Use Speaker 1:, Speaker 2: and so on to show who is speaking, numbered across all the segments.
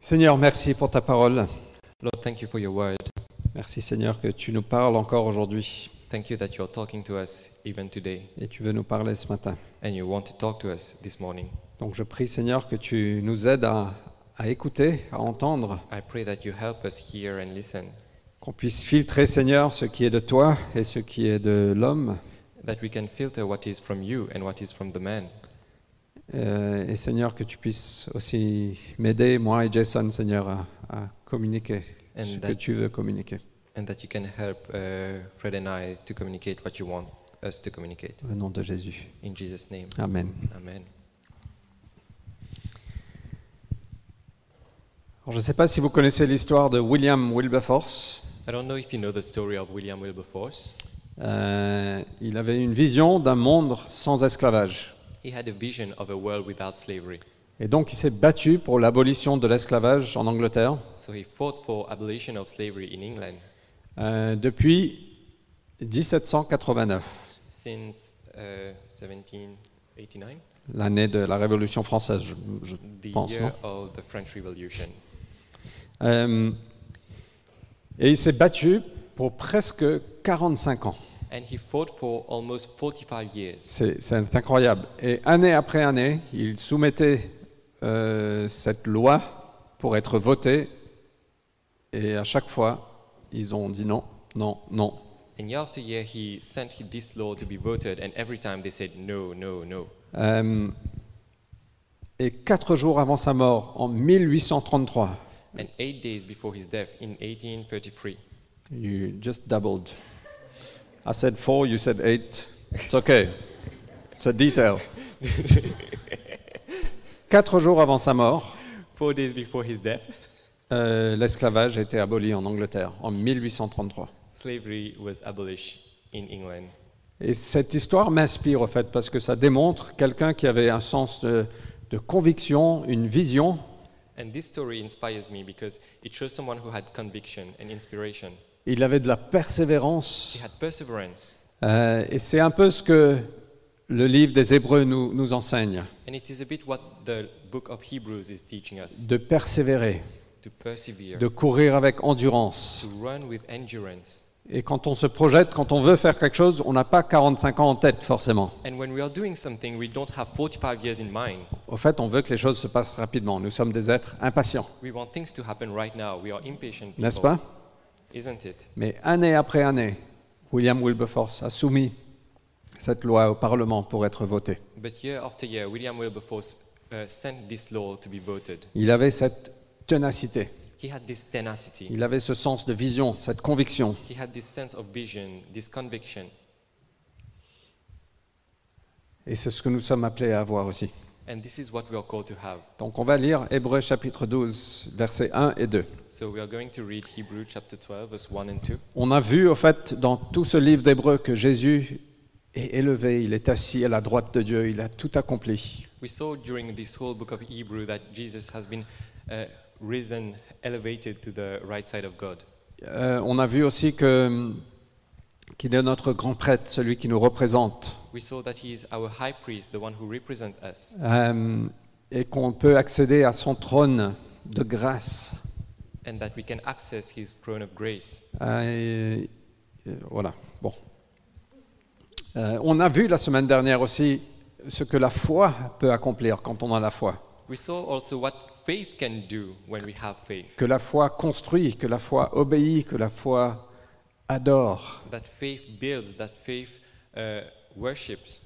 Speaker 1: Seigneur, merci pour ta parole.
Speaker 2: Lord, thank you for your word.
Speaker 1: Merci Seigneur que tu nous parles encore aujourd'hui
Speaker 2: Thank you that you're talking to us even today
Speaker 1: et tu veux nous parler ce matin.
Speaker 2: and you want to talk to us this morning.
Speaker 1: Donc je prie Seigneur que tu nous aides à, à écouter, à entendre,
Speaker 2: I pray that you help us hear and listen,
Speaker 1: qu'on puisse filtrer Seigneur ce qui est de toi et ce qui est de l'homme.
Speaker 2: that we can filter what is from you and what is from the man.
Speaker 1: Euh, et Seigneur que tu puisses aussi m'aider, moi et Jason Seigneur, à, à communiquer
Speaker 2: And
Speaker 1: ce
Speaker 2: that-
Speaker 1: que tu veux communiquer.
Speaker 2: and that you can help uh, Fred and I to communicate what you want us to communicate.
Speaker 1: Au nom de Jésus.
Speaker 2: In Jesus' name,
Speaker 1: Amen.
Speaker 2: Amen.
Speaker 1: Alors, je ne sais pas si vous connaissez l'histoire de William Wilberforce.
Speaker 2: I don't know if you know the story of William Wilberforce.
Speaker 1: Euh, il avait une vision d'un monde sans esclavage.
Speaker 2: He had a vision of a world without slavery,
Speaker 1: Et donc il s'est battu pour l'abolition de l'esclavage en Angleterre.
Speaker 2: so he fought for abolition of slavery in England
Speaker 1: Euh, depuis 1789,
Speaker 2: since uh, 1789,
Speaker 1: l'année de la Révolution française, je, je
Speaker 2: the
Speaker 1: pense. non
Speaker 2: year of the French Revolution.
Speaker 1: Euh, et il s'est battu pour presque 45 ans.
Speaker 2: And he fought for almost 45 years.
Speaker 1: C'est c'est incroyable. Et année après année, il soumettait euh, cette loi pour être votée. Et à chaque fois, ils ont dit non, non, non.
Speaker 2: And year after year, he sent this law to be voted, and every time they said no, no, no.
Speaker 1: Euh, et quatre jours avant sa mort, en 1833,
Speaker 2: And eight days before his death in 1833,
Speaker 1: you just doubled. I said four, you said eight. It's okay. It's a detail. quatre jours avant sa mort,
Speaker 2: four days before his death,
Speaker 1: euh, l'esclavage a été aboli en Angleterre en 1833.
Speaker 2: slavery was abolished in England.
Speaker 1: Et cette histoire m'inspire, en fait, parce que ça démontre quelqu'un qui avait un sens de, de conviction, une vision,
Speaker 2: And this story inspires me because it shows someone who had conviction and inspiration.
Speaker 1: il avait de la persévérance.
Speaker 2: He had perseverance.
Speaker 1: Euh, et c'est un peu ce que le livre des Hébreux nous, nous enseigne,
Speaker 2: And it is a bit what the book of Hebrews is teaching us
Speaker 1: de persévérer,
Speaker 2: to persevere,
Speaker 1: de courir avec
Speaker 2: to
Speaker 1: endurance.
Speaker 2: run with endurance.
Speaker 1: Et quand on se projette, quand on veut faire quelque chose, on n'a pas 45 ans en tête forcément.
Speaker 2: And when we are doing something, we don't have 45 years in mind.
Speaker 1: Au fait, on veut que les choses se passent rapidement. Nous sommes des êtres impatients,
Speaker 2: We want things to happen right now. We are impatient
Speaker 1: n'est-ce
Speaker 2: people,
Speaker 1: pas
Speaker 2: isn't it?
Speaker 1: Mais année après année, William Wilberforce a soumis cette loi au Parlement pour être votée.
Speaker 2: But year after year, William Wilberforce uh, sent this law to be voted.
Speaker 1: Il avait cette ténacité,
Speaker 2: He had this tenacity.
Speaker 1: il avait ce sens de vision, cette conviction.
Speaker 2: He had this sense of vision, this conviction,
Speaker 1: Et c'est ce que nous sommes appelés à avoir aussi.
Speaker 2: and this is what we are called to have.
Speaker 1: Donc on va lire Hébreux chapitre 12, versets 1 et 2.
Speaker 2: So we are going to read Hebrew chapter 12, verse 1 and 2.
Speaker 1: On a vu au fait dans tout ce livre d'Hébreux que Jésus est élevé, il est assis à la droite de Dieu, il a tout accompli.
Speaker 2: We saw during this whole book of Hebrew that Jesus has been uh, risen, elevated to the right side of God.
Speaker 1: Euh, on a vu aussi que qu'il est notre grand prêtre, celui qui nous représente,
Speaker 2: We saw that he is our high priest, the one who represents us,
Speaker 1: euh, et qu'on peut accéder à son trône de grâce.
Speaker 2: and that we can access his throne of grace.
Speaker 1: Euh, et- et voilà, bon. Euh, on a vu la semaine dernière aussi ce que la foi peut accomplir quand on a la foi,
Speaker 2: We saw also what faith can do when we have faith.
Speaker 1: que la foi construit, que la foi obéit, que la foi adore.
Speaker 2: That faith builds, that faith uh, worships,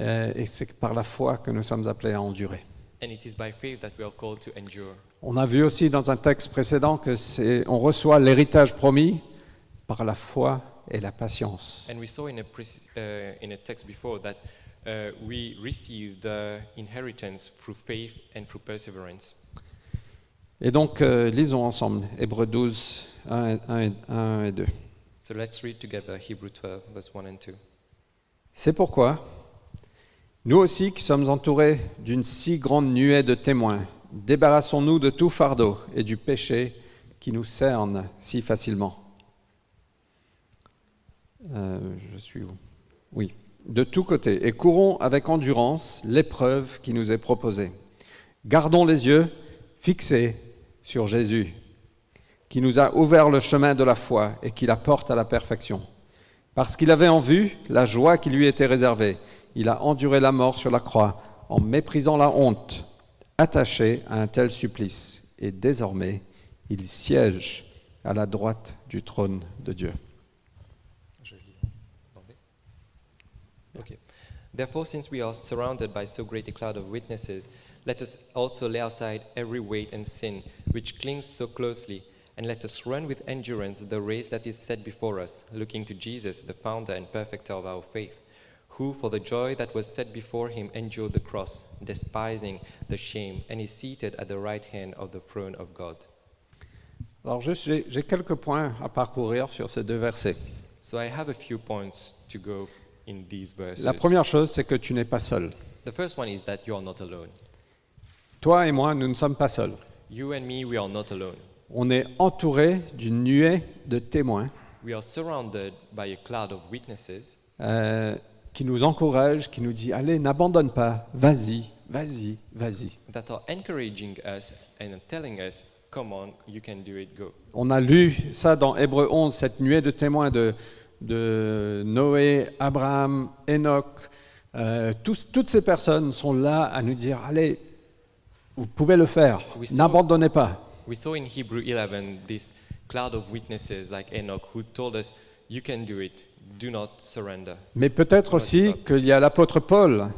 Speaker 1: Euh, et c'est par la foi que nous sommes appelés à endurer.
Speaker 2: and it is by faith that we are called to endure.
Speaker 1: On a vu aussi dans un texte précédent que c'est, on reçoit l'héritage promis par la foi et la patience.
Speaker 2: And we saw in a, pre- uh, in a text before that uh, we receive the inheritance through faith and through perseverance.
Speaker 1: Et donc, euh, lisons ensemble Hébreux 12, 1 et- 1 et- 1 et 2.
Speaker 2: So let's read together Hebrew 12, verse 1 and 2.
Speaker 1: C'est pourquoi, nous aussi qui sommes entourés d'une si grande nuée de témoins, débarrassons-nous de tout fardeau et du péché qui nous cerne si facilement. Euh, je suis où Oui, de tous côtés, et courons avec endurance l'épreuve qui nous est proposée. Gardons les yeux fixés sur Jésus, qui nous a ouvert le chemin de la foi et qui la porte à la perfection. Parce qu'il avait en vue la joie qui lui était réservée, il a enduré la mort sur la croix en méprisant la honte, attaché à un tel supplice, et désormais il siège à la droite du trône de Dieu.
Speaker 2: Je lis en anglais. Okay. Therefore, since we are surrounded by so great a cloud of witnesses, let us also lay aside every weight and sin which clings so closely, and let us run with endurance the race that is set before us, looking to Jesus, the founder and perfecter of our faith, who, for the joy that was set before him, endured the cross, despising the shame, and is seated at the right hand of the throne of God.
Speaker 1: Alors juste, j'ai j'ai quelques points à parcourir sur ces deux versets.
Speaker 2: So I have a few points to go in these verses.
Speaker 1: La première chose, c'est que tu n'es pas seul.
Speaker 2: The first one is that you are not alone.
Speaker 1: Toi et moi, nous ne sommes pas seuls.
Speaker 2: You and me, we are not alone.
Speaker 1: On est entouré d'une nuée de témoins
Speaker 2: We are surrounded by a cloud of witnesses
Speaker 1: euh, qui nous encouragent, qui nous disent, allez, n'abandonne pas, vas-y, vas-y, vas-y.
Speaker 2: that are encouraging us and telling us, come on, you can do it, go.
Speaker 1: On a lu ça dans Hébreu 11, cette nuée de témoins de, de Noé, Abraham, Enoch. Euh, tous- toutes ces personnes sont là à nous dire, allez, vous pouvez le faire,
Speaker 2: Oui, ça-
Speaker 1: n'abandonnez pas.
Speaker 2: We saw in Hebrew 11 this cloud of witnesses like Enoch who told us, you can do it, do not surrender.
Speaker 1: Mais peut-être aussi qu'il y a l'apôtre Paul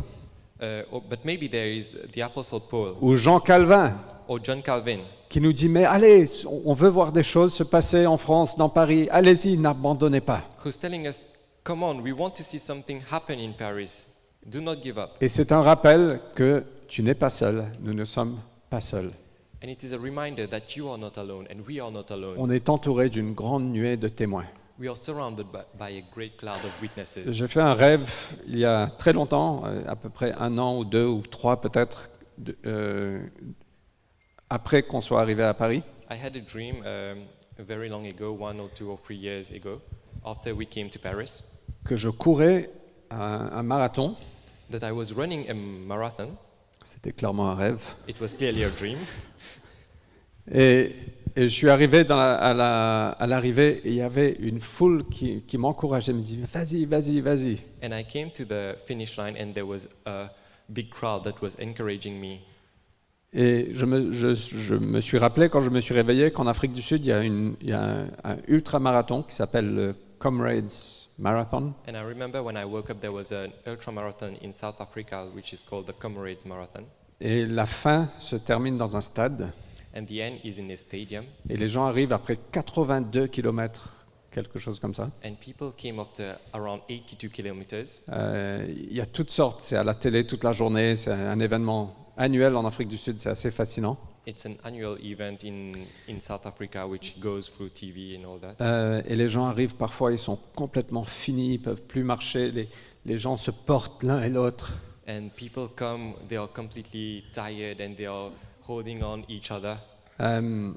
Speaker 2: Uh, or- but maybe there is the Apostle Paul
Speaker 1: ou Jean Calvin
Speaker 2: or John Calvin
Speaker 1: qui nous dit, mais allez, on veut voir des choses se passer en France, dans Paris, allez-y, n'abandonnez pas.
Speaker 2: who's telling us, come on, we want to see something happen in Paris. Do not give up.
Speaker 1: Et c'est un rappel que tu n'es pas seul, nous ne sommes pas seuls.
Speaker 2: And it is a reminder that you are not alone and we are not alone.
Speaker 1: On est entouré d'une grande nuée de témoins.
Speaker 2: We are surrounded by, by a great cloud of witnesses.
Speaker 1: J'ai fait un rêve il y a très longtemps, euh, à peu près un an ou deux ou trois peut-être, de- euh, après qu'on soit arrivé à Paris.
Speaker 2: I had a dream um, very long ago, one or two or three years ago, after we came to Paris,
Speaker 1: que je courais un, un marathon.
Speaker 2: that I was running a marathon.
Speaker 1: C'était clairement un rêve.
Speaker 2: It was clearly a dream.
Speaker 1: Et, et je suis arrivé dans la- à la- à l'arrivée et il y avait une foule qui, qui m'encourageait, me disait vas-y, vas-y, vas-y.
Speaker 2: And I came to the finish line, and there was a big crowd that was encouraging me.
Speaker 1: Et je me, je- je me suis rappelé quand je me suis réveillé qu'en Afrique du Sud, il y a, une- il y a un, un ultra-marathon qui s'appelle le Comrades Marathon.
Speaker 2: And I remember when I woke up, there was an ultra marathon in South Africa, which is called the Comrades Marathon.
Speaker 1: Et la fin se termine dans un stade.
Speaker 2: And the end is in a stadium.
Speaker 1: Et les gens arrivent après 82 km, quelque chose comme ça.
Speaker 2: And people came after around 82 kilometers.
Speaker 1: Euh, Il y a toutes sortes, c'est à la télé toute la journée, c'est un événement annuel en Afrique du Sud, c'est assez fascinant.
Speaker 2: It's an annual event in, in South Africa, which goes through TV and all that.
Speaker 1: Euh, et les gens arrivent parfois, ils sont complètement finis, ils peuvent plus marcher, les, les gens se portent l'un et l'autre.
Speaker 2: And people come, they are completely tired and they are holding on each other.
Speaker 1: Euh,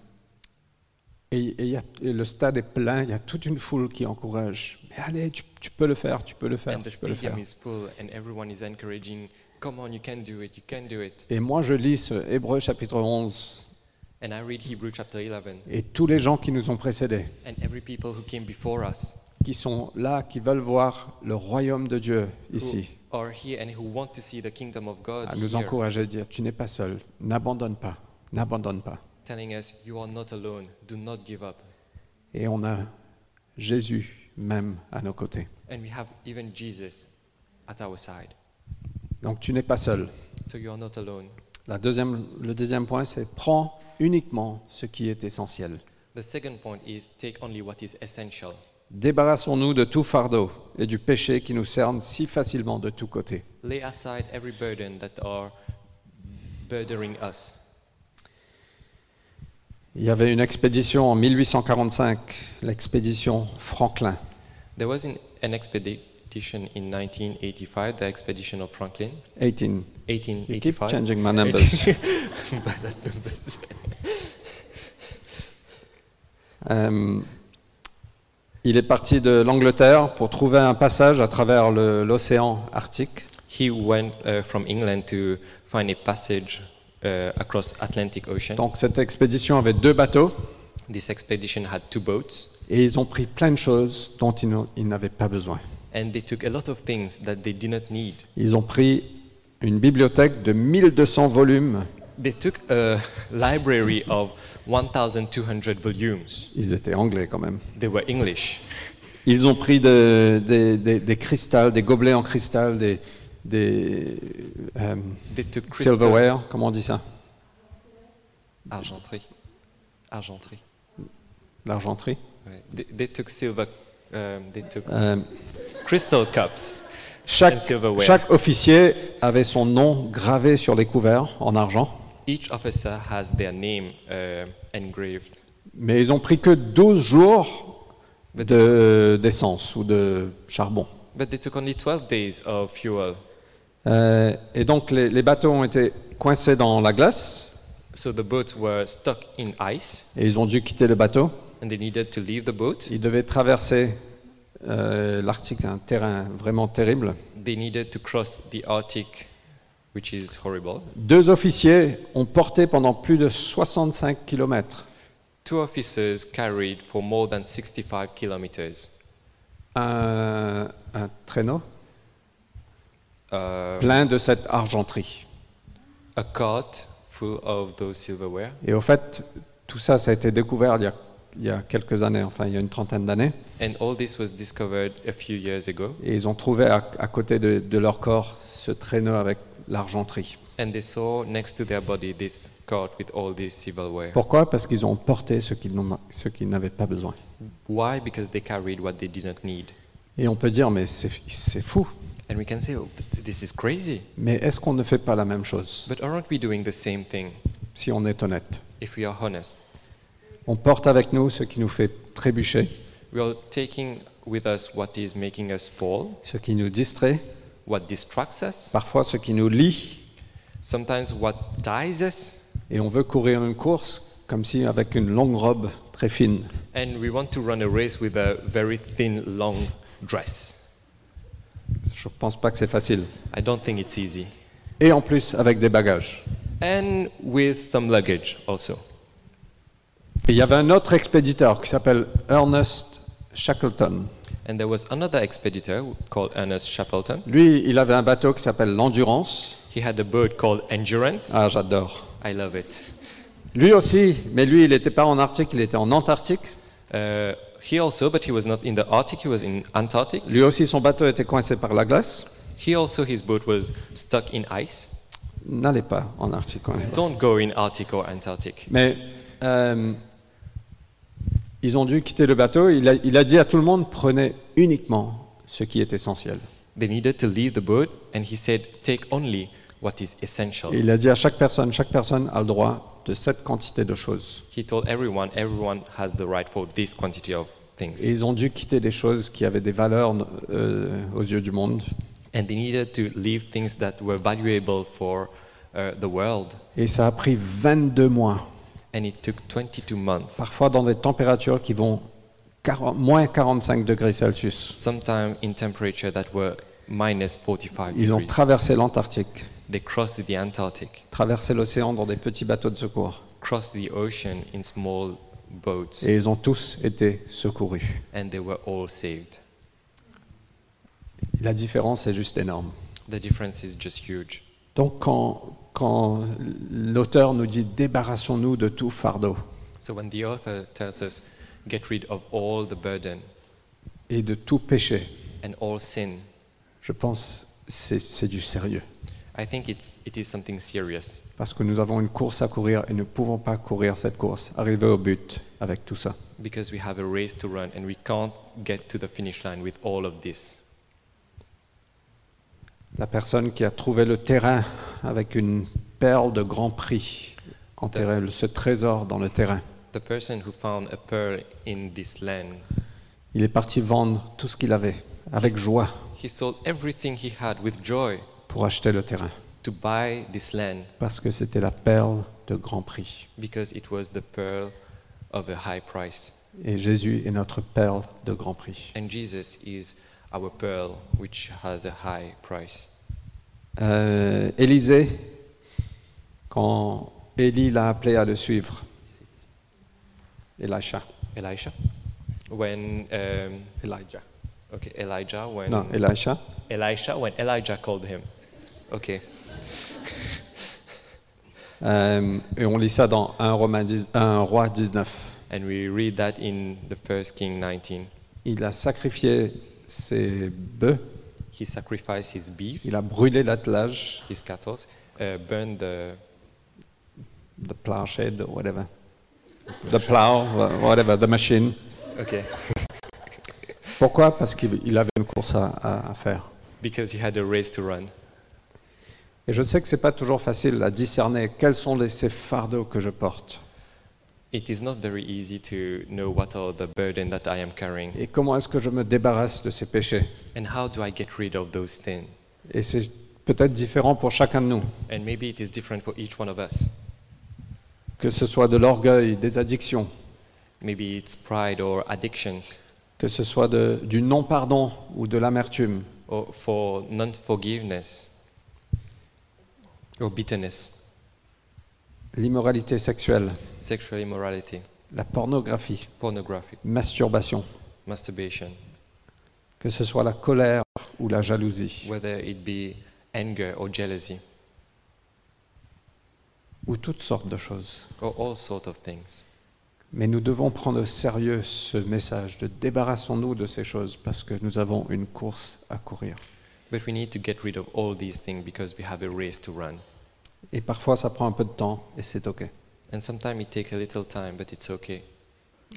Speaker 1: et et il y a- et le stade est plein, il y a toute une foule qui encourage. Mais allez, tu, tu peux le faire, tu peux le faire,
Speaker 2: And the
Speaker 1: tu peux le faire.
Speaker 2: stadium is full and everyone is encouraging, come on, you can do it, you can do it.
Speaker 1: Et moi, je lis ce Hébreu chapitre 11
Speaker 2: And I read Hebrew chapter 11
Speaker 1: et tous les gens qui nous ont précédés,
Speaker 2: and every people who came before us
Speaker 1: qui sont là, qui veulent voir le royaume de Dieu
Speaker 2: who
Speaker 1: ici,
Speaker 2: are here and who want to see the kingdom of God
Speaker 1: à Ah, nous
Speaker 2: here,
Speaker 1: encourager à dire, tu n'es pas seul, n'abandonne pas, n'abandonne pas.
Speaker 2: telling us, you are not alone, do not give up.
Speaker 1: Et on a Jésus même à nos côtés.
Speaker 2: And we have even Jesus at our side.
Speaker 1: Donc tu n'es pas seul.
Speaker 2: So you are not alone.
Speaker 1: La deuxième- le deuxième point, c'est prends uniquement ce qui est essentiel.
Speaker 2: The second point is take only what is essential.
Speaker 1: Débarrassons-nous de tout fardeau et du péché qui nous cerne si facilement de tous côtés.
Speaker 2: Lay aside every burden that are burdening us.
Speaker 1: Il y avait une expédition en 1845, l'expédition Franklin.
Speaker 2: There was an, an expedition in 1985, the expedition of Franklin,
Speaker 1: 18. You keep
Speaker 2: 1885.
Speaker 1: changing my numbers. Euh, il est parti de l'Angleterre pour trouver un passage à travers le- l'océan Arctique.
Speaker 2: He went uh, from England to find a passage uh, uh, across Atlantic Ocean.
Speaker 1: Donc cette expédition avait deux bateaux
Speaker 2: This expedition had two boats,
Speaker 1: et ils ont pris plein de choses dont ils n'ont- ils n'avaient pas besoin.
Speaker 2: and they took a lot of things that they did not need.
Speaker 1: Ils ont pris une bibliothèque de 1200 volumes.
Speaker 2: They took a library of 1,200 volumes.
Speaker 1: Ils étaient anglais quand même.
Speaker 2: They were English.
Speaker 1: Ils ont pris de- des- des- des cristals, des gobelets en cristal, des, des euh,
Speaker 2: They took crystal
Speaker 1: silverware, comment on dit ça
Speaker 2: argenterie, argenterie.
Speaker 1: L'argenterie.
Speaker 2: Ouais. They, they took silver. um, they took
Speaker 1: Euh,
Speaker 2: crystal cups.
Speaker 1: chaque,
Speaker 2: And silverware.
Speaker 1: chaque officier avait son nom gravé sur les couverts en argent,
Speaker 2: Each officer has their name uh, engraved.
Speaker 1: mais ils ont pris que 12 jours de- d'essence ou de charbon.
Speaker 2: But they took only 12 days of fuel.
Speaker 1: Euh, et donc les, les bateaux ont été coincés dans la glace
Speaker 2: So the boats were stuck in ice
Speaker 1: et ils ont dû quitter le bateau.
Speaker 2: and they needed to leave the boat.
Speaker 1: Ils devaient traverser euh, l'Arctique, un terrain vraiment terrible.
Speaker 2: They needed to cross the Arctic, which is horrible.
Speaker 1: Deux officiers ont porté pendant plus de 65 km
Speaker 2: Two officers carried for more than 65 kilometers.
Speaker 1: un, un traîneau
Speaker 2: Uh,
Speaker 1: plein de cette argenterie.
Speaker 2: a cart full of those silverware.
Speaker 1: Et au fait, tout ça, ça a été découvert il y a, il y a quelques années, enfin il y a une trentaine d'années.
Speaker 2: And all this was discovered a few years ago.
Speaker 1: Et ils ont trouvé à, à côté de, de leur corps ce traîneau avec l'argenterie.
Speaker 2: And they saw next to their body this cart with all this silverware.
Speaker 1: Pourquoi Parce qu'ils ont porté ce qu'ils n'ont- ce qu'ils n'avaient pas besoin.
Speaker 2: Why? Because they carried what they did not need.
Speaker 1: Et on peut dire, mais c'est c'est fou.
Speaker 2: And we can say, oh, but this is crazy.
Speaker 1: Mais est-ce qu'on ne fait pas la même chose,
Speaker 2: But aren't we doing the same thing
Speaker 1: si on est honnête
Speaker 2: if we are honest?
Speaker 1: On porte avec nous ce qui nous fait trébucher,
Speaker 2: We are taking with us what is making us fall,
Speaker 1: ce qui nous distrait,
Speaker 2: what distracts us,
Speaker 1: parfois ce qui nous lie,
Speaker 2: sometimes what ties us,
Speaker 1: et on veut courir une course comme si avec une longue robe très fine.
Speaker 2: and we want to run a race with a very thin, long dress.
Speaker 1: Je ne pense pas que c'est facile.
Speaker 2: I don't think it's easy.
Speaker 1: Et en plus avec des bagages.
Speaker 2: And with some luggage also.
Speaker 1: Et il y avait un autre expéditeur qui s'appelle Ernest Shackleton.
Speaker 2: And there was another expeditor called Ernest Shackleton.
Speaker 1: Lui, il avait un bateau qui s'appelle l'Endurance.
Speaker 2: He had a boat called Endurance.
Speaker 1: Ah, j'adore.
Speaker 2: I love it.
Speaker 1: Lui aussi, mais lui, il n'était pas en Arctique, il était en Antarctique.
Speaker 2: Uh, he also, but he was not in the Arctic, he was in Antarctic.
Speaker 1: Lui aussi, son bateau était coincé par la glace.
Speaker 2: He also, his boat was stuck in ice.
Speaker 1: N'allez pas en Arctique. quand même.
Speaker 2: Don't go in Arctic or Antarctic.
Speaker 1: Mais euh, ils ont dû quitter le bateau. Il a, il a dit à tout le monde prenez uniquement ce qui est essentiel.
Speaker 2: They needed to leave the boat, and he said, take only what is essential.
Speaker 1: Et il a dit à chaque personne chaque personne a le droit de cette quantité de choses.
Speaker 2: He told everyone, everyone has the right for this quantity of
Speaker 1: Et
Speaker 2: things.
Speaker 1: ils ont dû quitter des choses qui avaient des valeurs euh, aux yeux du monde.
Speaker 2: And they needed to leave things that were valuable for uh, the world.
Speaker 1: Et ça a pris 22 mois,
Speaker 2: And it took 22 months,
Speaker 1: parfois dans des températures qui vont 40 moins 45 degrés Celsius.
Speaker 2: sometime in temperature that were minus 45
Speaker 1: Ils ont
Speaker 2: degrees.
Speaker 1: traversé l'Antarctique,
Speaker 2: They crossed the Antarctic,
Speaker 1: traversé l'océan dans des petits bateaux de secours.
Speaker 2: crossed the ocean in small boats,
Speaker 1: Et ils ont tous été secourus.
Speaker 2: and they were all saved.
Speaker 1: La différence est juste énorme.
Speaker 2: The difference is just huge.
Speaker 1: Donc quand, quand l'auteur nous dit débarrassons-nous de tout fardeau
Speaker 2: So when the author tells us, get rid of all the burden
Speaker 1: et de tout péché,
Speaker 2: and all sin,
Speaker 1: je pense c'est c'est du sérieux.
Speaker 2: I think it's, it is something serious
Speaker 1: Parce que nous avons une course à courir et nous ne pouvons pas courir cette course, arriver au but avec tout ça.
Speaker 2: because we have a race to run and we can't get to the finish line with all of this.
Speaker 1: La personne qui a trouvé le terrain avec une perle de grand prix, enterré le- ce trésor dans le terrain,
Speaker 2: The person who found a pearl in this land,
Speaker 1: il est parti vendre tout ce qu'il avait avec joie
Speaker 2: he sold everything he had with joy
Speaker 1: pour acheter le terrain.
Speaker 2: to buy this land
Speaker 1: Parce que c'était la perle de grand prix.
Speaker 2: because it was the pearl of a high price.
Speaker 1: Et Jésus est notre perle de grand prix.
Speaker 2: And Jesus is our pearl, which has a high price.
Speaker 1: Euh, Élisée, quand Élie l'a appelé à le suivre, Elisha.
Speaker 2: Elisha. When um,
Speaker 1: Elijah.
Speaker 2: okay, Elijah when
Speaker 1: Non, Elisha.
Speaker 2: Elisha when Elijah called him. Okay.
Speaker 1: Euh, et on lit ça dans 1, Romains 10 1 Roi 19.
Speaker 2: And we read that in the first King 19.
Speaker 1: Il a sacrifié ses bœufs,
Speaker 2: He sacrificed his beef,
Speaker 1: il a brûlé l'attelage,
Speaker 2: his cattle, uh, burned the
Speaker 1: the plowshed or whatever, the plow, wha- whatever, the machine.
Speaker 2: okay
Speaker 1: Pourquoi Parce qu'il il avait une course à, à- à faire.
Speaker 2: because he had a race to run.
Speaker 1: Et je sais que c'est pas toujours facile à discerner quels sont les, ces fardeaux que je porte
Speaker 2: It is not very easy to know what are the burden that I am carrying
Speaker 1: et comment est-ce que je me débarrasse de ces péchés.
Speaker 2: and how do I get rid of those things.
Speaker 1: Et c'est peut-être différent pour chacun de nous,
Speaker 2: And maybe it is different for each one of us.
Speaker 1: que ce soit de l'orgueil, des addictions,
Speaker 2: Maybe it's pride or addictions
Speaker 1: que ce soit de- du non-pardon ou de l'amertume.
Speaker 2: or for non-forgiveness or bitterness,
Speaker 1: l'immoralité sexuelle,
Speaker 2: sexual immorality,
Speaker 1: la pornographie,
Speaker 2: pornography,
Speaker 1: masturbation,
Speaker 2: masturbation,
Speaker 1: que ce soit la colère ou la jalousie,
Speaker 2: whether it be anger or jealousy
Speaker 1: ou toutes sortes de choses.
Speaker 2: or all sorts of things.
Speaker 1: Mais nous devons prendre au sérieux ce message de débarrassons-nous de ces choses parce que nous avons une course à courir.
Speaker 2: But we need to get rid of all these things because we have a race to run.
Speaker 1: Et parfois ça prend un peu de temps et c'est OK.
Speaker 2: And sometimes it takes a little time, but it's okay.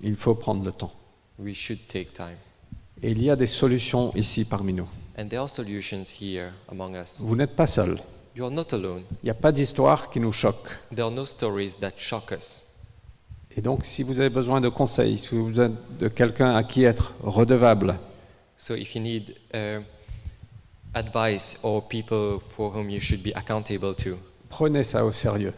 Speaker 1: Il faut prendre le temps.
Speaker 2: We should take time.
Speaker 1: Et il y a des solutions ici parmi nous.
Speaker 2: And there are solutions here among us.
Speaker 1: Vous n'êtes pas seul.
Speaker 2: You are not alone.
Speaker 1: Il n'y a pas d'histoire qui nous choque.
Speaker 2: There are no stories that shock us.
Speaker 1: Et donc si vous avez besoin de conseils, si vous avez besoin de quelqu'un à qui être redevable,
Speaker 2: So if you need uh, advice or people for whom you should be accountable to,
Speaker 1: prenez ça au sérieux.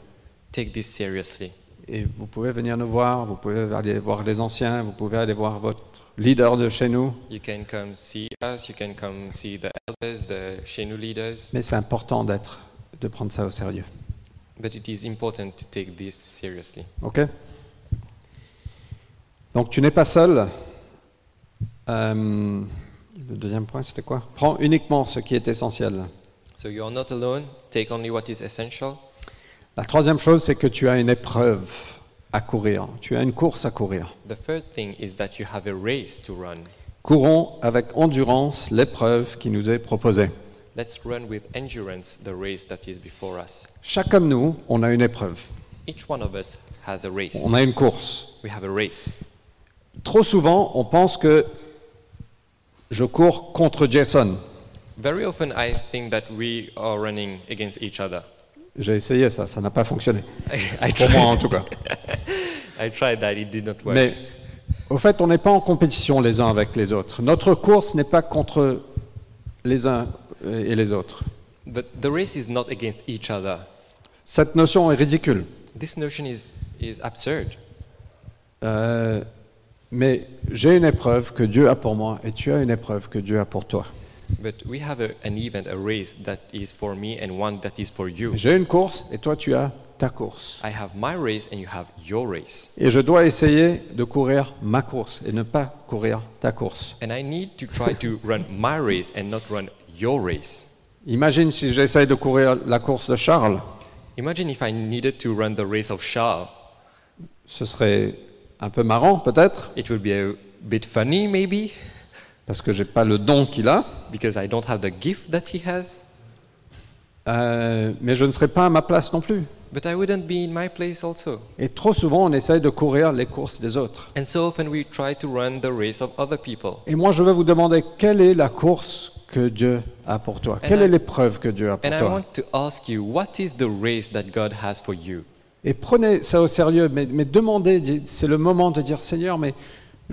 Speaker 2: take this seriously.
Speaker 1: Et vous pouvez venir nous voir, vous pouvez aller voir les anciens, vous pouvez aller voir votre leader de chez nous.
Speaker 2: You can come see us, you can come see the elders, the Shenu leaders,
Speaker 1: Mais c'est important d'être, de prendre ça au sérieux.
Speaker 2: but it is important to take this seriously.
Speaker 1: Ok Donc tu n'es pas seul. Euh, le deuxième point, c'était quoi Prends uniquement ce qui est essentiel.
Speaker 2: So you are not alone, take only what is essential.
Speaker 1: La troisième chose, c'est que tu as une épreuve à courir. Tu as une course à courir.
Speaker 2: The third thing is that you have a race to run.
Speaker 1: Courons avec endurance l'épreuve qui nous est proposée.
Speaker 2: Let's run with endurance the race that is before us.
Speaker 1: Chacun de nous, on a une épreuve.
Speaker 2: Each one of us has a race.
Speaker 1: On a une course.
Speaker 2: We have a race.
Speaker 1: Trop souvent, on pense que je cours contre Jason.
Speaker 2: Very often, I think that we are running against each other.
Speaker 1: J'ai essayé ça, ça n'a pas fonctionné.
Speaker 2: I, I
Speaker 1: Pour moi en
Speaker 2: tried.
Speaker 1: tout cas.
Speaker 2: I tried that. It did not work.
Speaker 1: Mais au fait, on n'est pas en compétition les uns avec les autres. Notre course n'est pas contre les uns euh, et les autres.
Speaker 2: But the race is not against each other.
Speaker 1: Cette notion est ridicule.
Speaker 2: This notion is is absurd.
Speaker 1: Euh, mais j'ai une épreuve que Dieu a pour moi et tu as une épreuve que Dieu a pour toi.
Speaker 2: But we have a, an event, a race that is for me and one that is for you.
Speaker 1: J'ai une course et toi tu as ta course.
Speaker 2: I have my race and you have your race.
Speaker 1: Et je dois essayer de courir ma course et ne pas courir ta course.
Speaker 2: And I need to try to run my race and not run your race.
Speaker 1: Imagine si j'essaye de courir la course de Charles,
Speaker 2: Imagine if I needed to run the race of Shah.
Speaker 1: ce serait un peu marrant peut-être,
Speaker 2: It would be a bit funny, maybe,
Speaker 1: parce que j'ai pas le don qu'il a,
Speaker 2: because I don't have the gift that he has.
Speaker 1: euh, mais je ne serais pas à ma place non plus.
Speaker 2: But I wouldn't be in my place also.
Speaker 1: Et trop souvent, on essaye de courir les courses des autres.
Speaker 2: And so often we try to run the race of other people.
Speaker 1: Et moi, je veux vous demander quelle est la course que Dieu a pour toi, quelle
Speaker 2: I-
Speaker 1: est l'épreuve que Dieu a pour
Speaker 2: And I
Speaker 1: toi.
Speaker 2: want to ask you, what is the race that God has for you?
Speaker 1: Et prenez ça au sérieux, mais, mais demandez, dites- c'est le moment de dire Seigneur, mais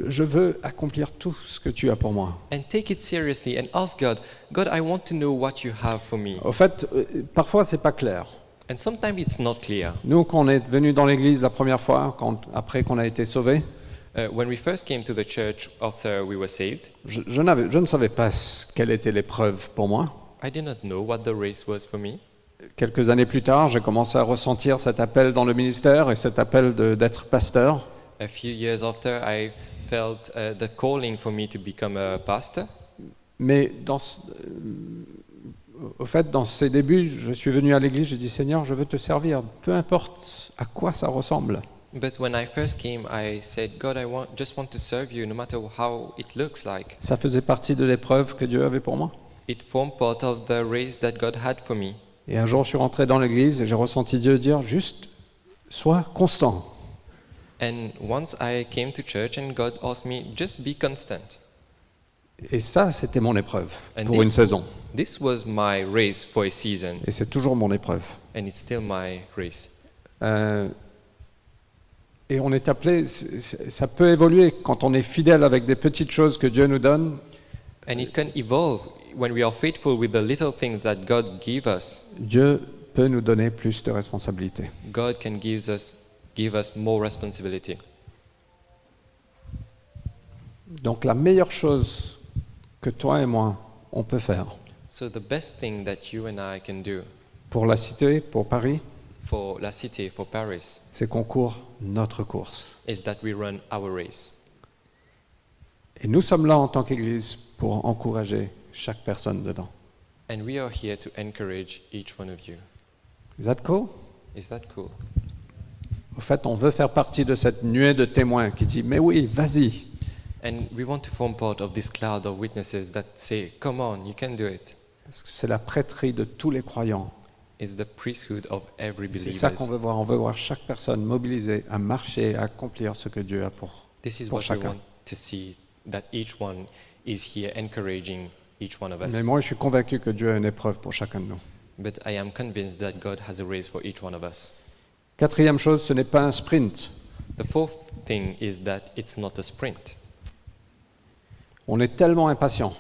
Speaker 1: je veux accomplir tout ce que tu as pour moi.
Speaker 2: And take it seriously and ask God, God, I want to know what you have for me.
Speaker 1: Au fait, euh, parfois, c'est pas clair.
Speaker 2: And sometimes it's not clear.
Speaker 1: Nous, quand on est venus dans l'église la première fois, quand- après qu'on a été sauvés,
Speaker 2: Uh, when we first came to the church after we were saved,
Speaker 1: je, je n'avais- je ne savais pas ce- quelle était l'épreuve pour moi.
Speaker 2: I did not know what the race was for me.
Speaker 1: quelques années plus tard, j'ai commencé à ressentir cet appel dans le ministère et cet appel de- d'être pasteur.
Speaker 2: A few years after, I felt uh, the calling for me to become a pastor.
Speaker 1: Mais dans ce- euh, au fait, dans ces débuts, je suis venu à l'église, j'ai dit Seigneur, je veux te servir, peu importe à quoi ça ressemble.
Speaker 2: But when I first came, I said, God, I want, just want to serve you no matter how it looks like.
Speaker 1: Ça faisait partie de l'épreuve que Dieu avait pour moi.
Speaker 2: It formed part of the race that God had for me.
Speaker 1: Et un jour, je suis rentré dans l'église et j'ai ressenti Dieu dire juste, sois constant.
Speaker 2: And once I came to church and God asked me, just be constant.
Speaker 1: Et ça, c'était mon épreuve
Speaker 2: And
Speaker 1: pour une
Speaker 2: this-
Speaker 1: saison.
Speaker 2: This was my race for a season,
Speaker 1: Et c'est toujours mon épreuve.
Speaker 2: and it's still my race.
Speaker 1: Euh, et on est appelé, c- c- ça peut évoluer quand on est fidèle avec des petites choses que Dieu nous donne.
Speaker 2: And it can evolve when we are faithful with the little things that God give us.
Speaker 1: Dieu peut nous donner plus de responsabilités.
Speaker 2: God can give us give us more responsibility.
Speaker 1: Donc la meilleure chose que toi et moi, on peut faire,
Speaker 2: So the best thing that you and I can do
Speaker 1: pour la cité, pour Paris,
Speaker 2: for La Cité, for Paris,
Speaker 1: c'est qu'on court notre course.
Speaker 2: is that we run our race.
Speaker 1: Et nous sommes là en tant qu'Église pour encourager chaque personne dedans.
Speaker 2: And we are here to encourage each one of you.
Speaker 1: Is that cool?
Speaker 2: Is that cool?
Speaker 1: Au fait, on veut faire partie de cette nuée de témoins qui dit Mais oui, vas-y,
Speaker 2: And we want to form part of this cloud of witnesses that say, Come on, you can do it.
Speaker 1: Parce que c'est la prêtrise de tous les croyants.
Speaker 2: It's the priesthood of every
Speaker 1: C'est ça qu'on
Speaker 2: believer.
Speaker 1: veut voir. On veut voir chaque personne mobilisée à marcher, à accomplir ce que Dieu a pour.
Speaker 2: This is
Speaker 1: pour
Speaker 2: what
Speaker 1: chacun.
Speaker 2: we want to see that each one is here encouraging each one of us.
Speaker 1: Mais moi, je suis convaincu que Dieu a une épreuve pour chacun de nous.
Speaker 2: But I am convinced that God has a race for each one of us.
Speaker 1: Quatrième chose, ce n'est pas un sprint.
Speaker 2: The fourth thing is that it's not a sprint.
Speaker 1: On est tellement impatient.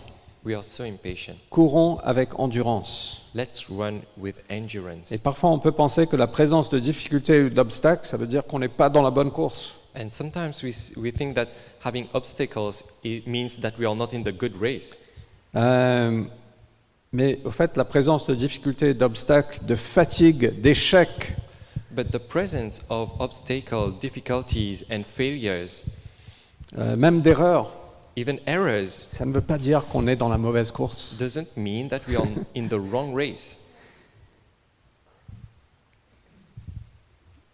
Speaker 2: We are so impatient.
Speaker 1: Courons avec endurance.
Speaker 2: Let's run with endurance.
Speaker 1: Et parfois, on peut penser que la présence de difficultés ou d'obstacles, ça veut dire qu'on n'est pas dans la bonne course.
Speaker 2: And sometimes we, s- we think that having obstacles it means that we are not in the good race.
Speaker 1: Euh, mais au fait, la présence de difficultés, d'obstacles, de fatigue, d'échecs,
Speaker 2: But the presence of obstacles, difficulties, and failures,
Speaker 1: euh, même d'erreurs,
Speaker 2: even errors,
Speaker 1: ça ne veut pas dire qu'on est dans la mauvaise course.
Speaker 2: doesn't mean that we are in the wrong race.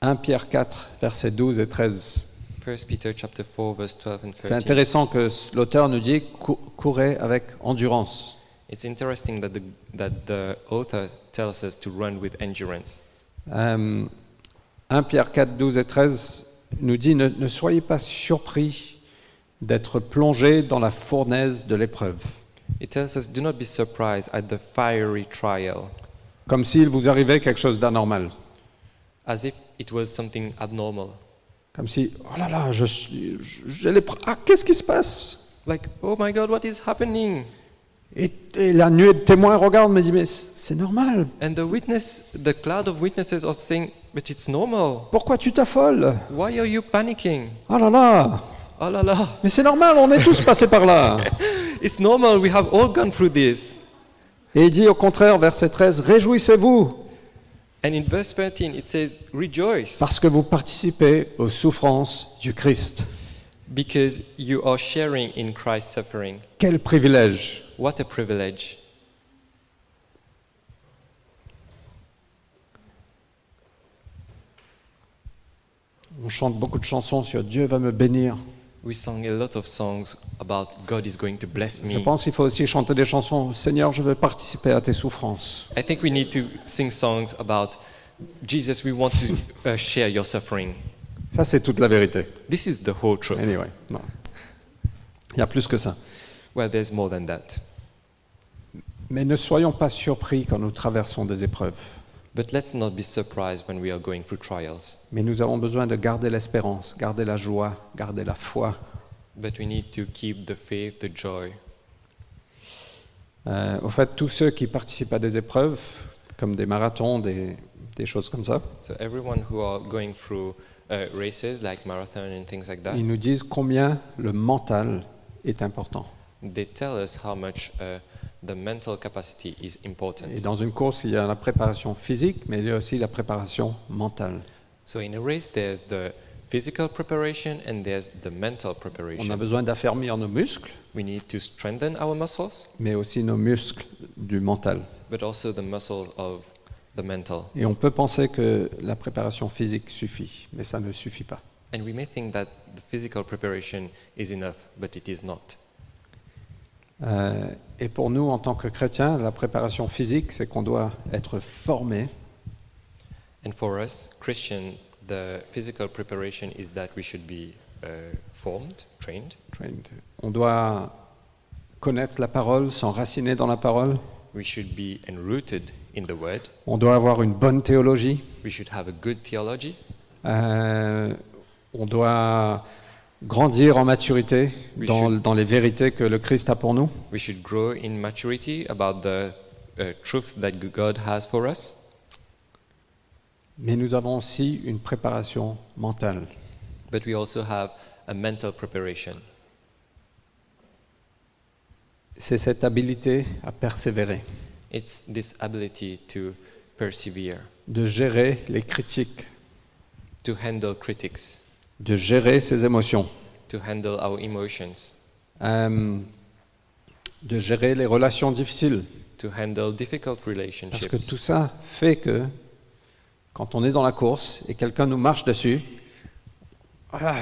Speaker 1: 1 Pierre 4, versets 12 et 13.
Speaker 2: 1 Peter chapter 4, verse 12 and
Speaker 1: C'est
Speaker 2: 13.
Speaker 1: intéressant que s- l'auteur nous dit cou- courez avec endurance.
Speaker 2: It's interesting that the, that the author tells us to run with endurance.
Speaker 1: Euh, 1 Pierre 4, 12 et 13 nous dit ne, ne soyez pas surpris d'être plongés dans la fournaise de l'épreuve,
Speaker 2: It tells us, do not be surprised at the fiery trial,
Speaker 1: comme s'il vous arrivait quelque chose d'anormal.
Speaker 2: as if it was something abnormal.
Speaker 1: Comme si, oh là là, je suis- je- j'ai l'épre- Ah, qu'est-ce qui se passe
Speaker 2: Like, oh my God, what is happening?
Speaker 1: et, et la nuée de témoins regarde, me dit mais c- c'est normal,
Speaker 2: And the witness, the cloud of witnesses are saying, but it's normal.
Speaker 1: pourquoi tu t'affoles
Speaker 2: Why are you panicking?
Speaker 1: Oh là là,
Speaker 2: Oh la la,
Speaker 1: mais c'est normal, on est tous passés par là.
Speaker 2: it's normal, we have all gone through this.
Speaker 1: Et il dit au contraire, verset 13, Réjouissez-vous
Speaker 2: And in verse 13, it says, rejoice,
Speaker 1: parce que vous participez aux souffrances du Christ.
Speaker 2: because you are sharing in Christ's suffering.
Speaker 1: Quel privilège
Speaker 2: What a privilege.
Speaker 1: On chante beaucoup de chansons sur Dieu va me bénir.
Speaker 2: We sang a lot of songs about God is going to bless
Speaker 1: Je
Speaker 2: me.
Speaker 1: pense qu'il faut aussi chanter des chansons Seigneur, je veux participer à tes souffrances.
Speaker 2: I think we need to sing songs about Jesus, we want to uh, share your suffering.
Speaker 1: Ça, c'est toute la vérité.
Speaker 2: This is the whole truth.
Speaker 1: Anyway, non. Il y a plus que ça.
Speaker 2: Well, there's more than that.
Speaker 1: Mais ne soyons pas surpris quand nous traversons des épreuves.
Speaker 2: But let's not be surprised when we are going through trials.
Speaker 1: Mais nous avons besoin de garder l'espérance, garder la joie, garder la foi.
Speaker 2: But we need to keep the faith, the joy.
Speaker 1: Euh, au fait, tous ceux qui participent à des épreuves, comme des marathons, des, des choses comme ça,
Speaker 2: So everyone who are going through uh, races like marathon and things like that,
Speaker 1: ils nous disent combien le mental est important.
Speaker 2: they tell us how much uh, the mental capacity is important.
Speaker 1: Et dans une course, il y a la préparation physique, mais il y a aussi la préparation mentale.
Speaker 2: So in a race, there's the physical preparation and there's the mental
Speaker 1: On a
Speaker 2: preparation.
Speaker 1: besoin d'affermir nos muscles,
Speaker 2: We need to strengthen our muscles,
Speaker 1: mais aussi nos muscles du mental.
Speaker 2: but also the muscles of the mental.
Speaker 1: Et on peut penser que la préparation physique suffit, mais ça ne suffit pas.
Speaker 2: And we may think that the physical preparation is enough, but it is not.
Speaker 1: Euh, et pour nous, en tant que chrétiens, la préparation physique, c'est qu'on doit être formé,
Speaker 2: And for us, Christian, the physical preparation is that we should be uh, formed, trained.
Speaker 1: trained. on doit connaître la parole, s'enraciner dans la parole,
Speaker 2: We should be enrooted in the Word.
Speaker 1: on doit avoir une bonne théologie,
Speaker 2: We should have a good theology.
Speaker 1: Euh, on doit grandir en maturité
Speaker 2: Oui,
Speaker 1: dans,
Speaker 2: je-
Speaker 1: dans les vérités que le Christ a pour nous.
Speaker 2: We should grow in maturity about the uh, truths that God has for us.
Speaker 1: Mais nous avons aussi une préparation mentale.
Speaker 2: But we also have a mental preparation.
Speaker 1: C'est cette habilité à persévérer,
Speaker 2: It's this ability to persevere,
Speaker 1: de gérer les critiques,
Speaker 2: to handle critics,
Speaker 1: de gérer ses émotions,
Speaker 2: to handle our emotions,
Speaker 1: euh, de gérer les relations difficiles.
Speaker 2: to handle difficult
Speaker 1: Parce que
Speaker 2: relationships.
Speaker 1: tout ça fait que quand on est dans la course et quelqu'un nous marche dessus, ah,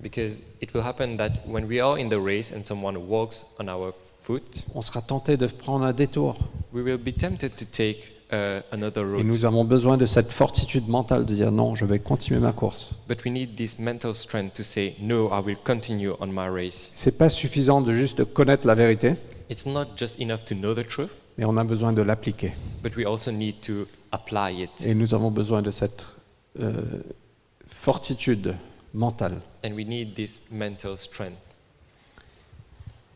Speaker 2: Because it will happen that when we are in the race and someone walks on our foot,
Speaker 1: on sera tenté de prendre un détour.
Speaker 2: we will be tempted to take uh, another
Speaker 1: Et
Speaker 2: route.
Speaker 1: nous avons besoin de cette fortitude mentale de dire non, je vais continuer ma course.
Speaker 2: But we need this mental strength to say, no, I will continue on my race.
Speaker 1: C'est pas suffisant de juste de connaître la vérité,
Speaker 2: It's not just enough to know the truth,
Speaker 1: mais on a besoin de l'appliquer.
Speaker 2: but we also need to apply it.
Speaker 1: Et nous avons besoin de cette euh, fortitude mentale.
Speaker 2: And we need this mental strength.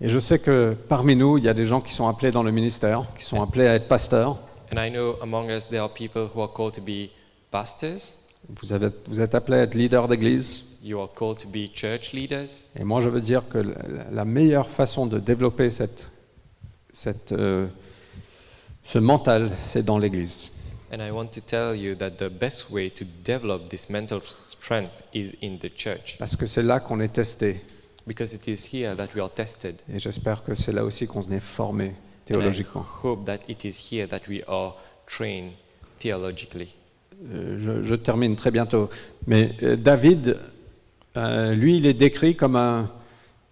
Speaker 1: Et je sais que parmi nous, il y a des gens qui sont appelés dans le ministère, qui sont appelés à être pasteurs.
Speaker 2: And I know among us there are people who are called to be pastors,
Speaker 1: Vous, avez- vous êtes appelés à être leader d'église.
Speaker 2: you are called to be church leaders.
Speaker 1: Et moi, je veux dire que la la meilleure façon de développer cette, cette, euh, ce mental, c'est dans l'église.
Speaker 2: And I want to tell you that the best way to develop this mental strength is in the church,
Speaker 1: Parce que c'est là qu'on est testé,
Speaker 2: because it is here that we are tested.
Speaker 1: Et j'espère que c'est là aussi qu'on est formé
Speaker 2: And I
Speaker 1: théologiquement.
Speaker 2: hope that it is here that we are trained theologically.
Speaker 1: Euh, je, je termine très bientôt. Mais euh, David, euh, lui, il est décrit comme un,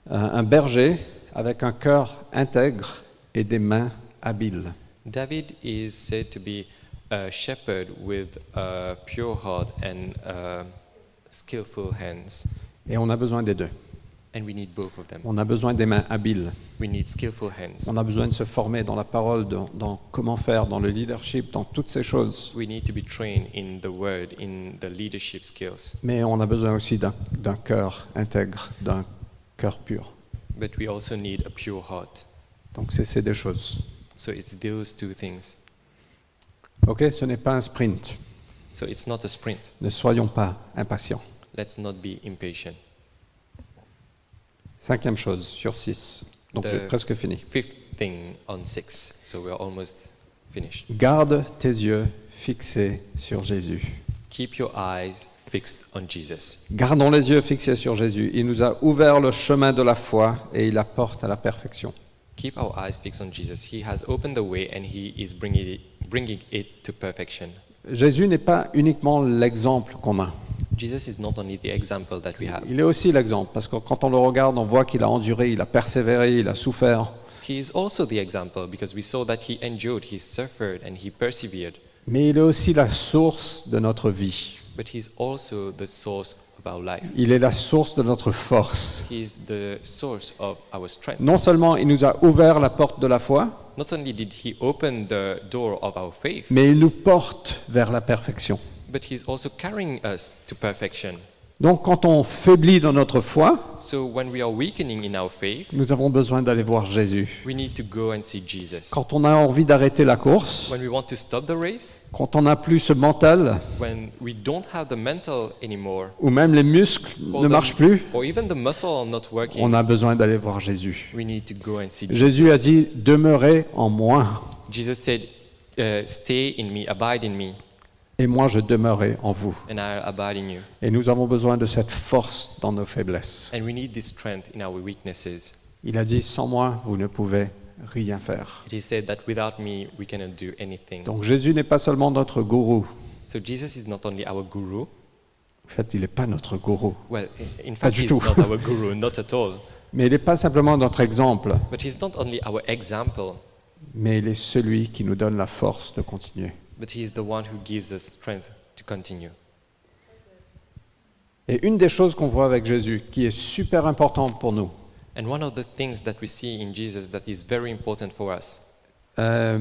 Speaker 1: un- un berger avec un cœur intègre et des mains habiles.
Speaker 2: David is said to be a shepherd with a pure heart and uh, skillful hands,
Speaker 1: Et on a besoin des deux.
Speaker 2: and we need both of them.
Speaker 1: On a besoin des mains habiles.
Speaker 2: We need skillful hands.
Speaker 1: On a besoin de se former dans la parole, dans, dans comment faire, dans le leadership, dans toutes ces choses.
Speaker 2: We need to be trained in the word, in the leadership skills,
Speaker 1: Mais on a besoin aussi d'un d'un cœur intègre, d'un cœur pur.
Speaker 2: but we also need a pure heart.
Speaker 1: Donc c'est ces deux choses.
Speaker 2: So it's those two things.
Speaker 1: Ok, ce n'est pas un sprint.
Speaker 2: So it's not a sprint.
Speaker 1: Ne soyons pas impatients.
Speaker 2: Let's not be impatient.
Speaker 1: Cinquième chose sur six. Donc
Speaker 2: De-
Speaker 1: j'ai presque fini.
Speaker 2: Fifth thing on six. So we're almost finished.
Speaker 1: Garde tes yeux fixés sur Jésus.
Speaker 2: Keep your eyes fixed on Jesus.
Speaker 1: Gardons les yeux fixés sur Jésus. Il nous a ouvert le chemin de la foi et il la porte à la perfection.
Speaker 2: Keep our eyes fixed on Jesus. He has opened the way and he is bringing it, bringing it to perfection.
Speaker 1: Jésus n'est pas uniquement l'exemple qu'on a.
Speaker 2: Jesus is not only the example that we have,
Speaker 1: Il est aussi l'exemple parce que quand on le regarde, on voit qu'il a enduré, il a persévéré, il a souffert.
Speaker 2: he is also the example because we saw that he endured, he suffered, and he persevered.
Speaker 1: Mais il est aussi la source de notre vie.
Speaker 2: But he's also the source of our life.
Speaker 1: Il est la source de notre force.
Speaker 2: He is the source of our strength.
Speaker 1: Non seulement il nous a ouvert la porte de la foi,
Speaker 2: Not only did he open the door of our faith,
Speaker 1: mais il nous porte vers la perfection.
Speaker 2: but he's also carrying us to perfection.
Speaker 1: Donc quand on faiblit dans notre foi,
Speaker 2: So when we are weakening in our faith,
Speaker 1: nous avons besoin d'aller voir Jésus.
Speaker 2: we need to go and see Jesus.
Speaker 1: Quand on a envie d'arrêter la course,
Speaker 2: When we want to stop the race,
Speaker 1: quand on n'a plus ce mental,
Speaker 2: when we don't have the mental anymore,
Speaker 1: ou même les muscles
Speaker 2: or
Speaker 1: ne
Speaker 2: the-
Speaker 1: marchent plus,
Speaker 2: or even the muscle are not working,
Speaker 1: on a besoin d'aller voir Jésus.
Speaker 2: we need to go and see
Speaker 1: Jésus a dit, demeurez en moi,
Speaker 2: Jesus said, uh, Stay in me, abide in me,
Speaker 1: et moi je demeurerai en vous.
Speaker 2: and I'll abide in you.
Speaker 1: Et nous avons besoin de cette force dans nos faiblesses.
Speaker 2: And we need this strength in our weaknesses.
Speaker 1: Il a dit, sans moi, vous ne pouvez rien faire.
Speaker 2: It is said that without me, we cannot do anything.
Speaker 1: Donc Jésus n'est pas seulement notre gourou.
Speaker 2: So Jesus is not only our guru.
Speaker 1: En fait, il n'est pas notre gourou.
Speaker 2: Well, in- in fact,
Speaker 1: du
Speaker 2: he's
Speaker 1: tout.
Speaker 2: not our guru, not at all.
Speaker 1: Mais il n'est pas simplement notre exemple,
Speaker 2: But he's not only our example,
Speaker 1: mais il est celui qui nous donne la force de continuer.
Speaker 2: but he is the one who gives us strength to continue.
Speaker 1: Et une des choses qu'on voit avec Jésus, qui est super importante pour nous,
Speaker 2: And one of the things that we see in Jesus that is very important for us
Speaker 1: euh,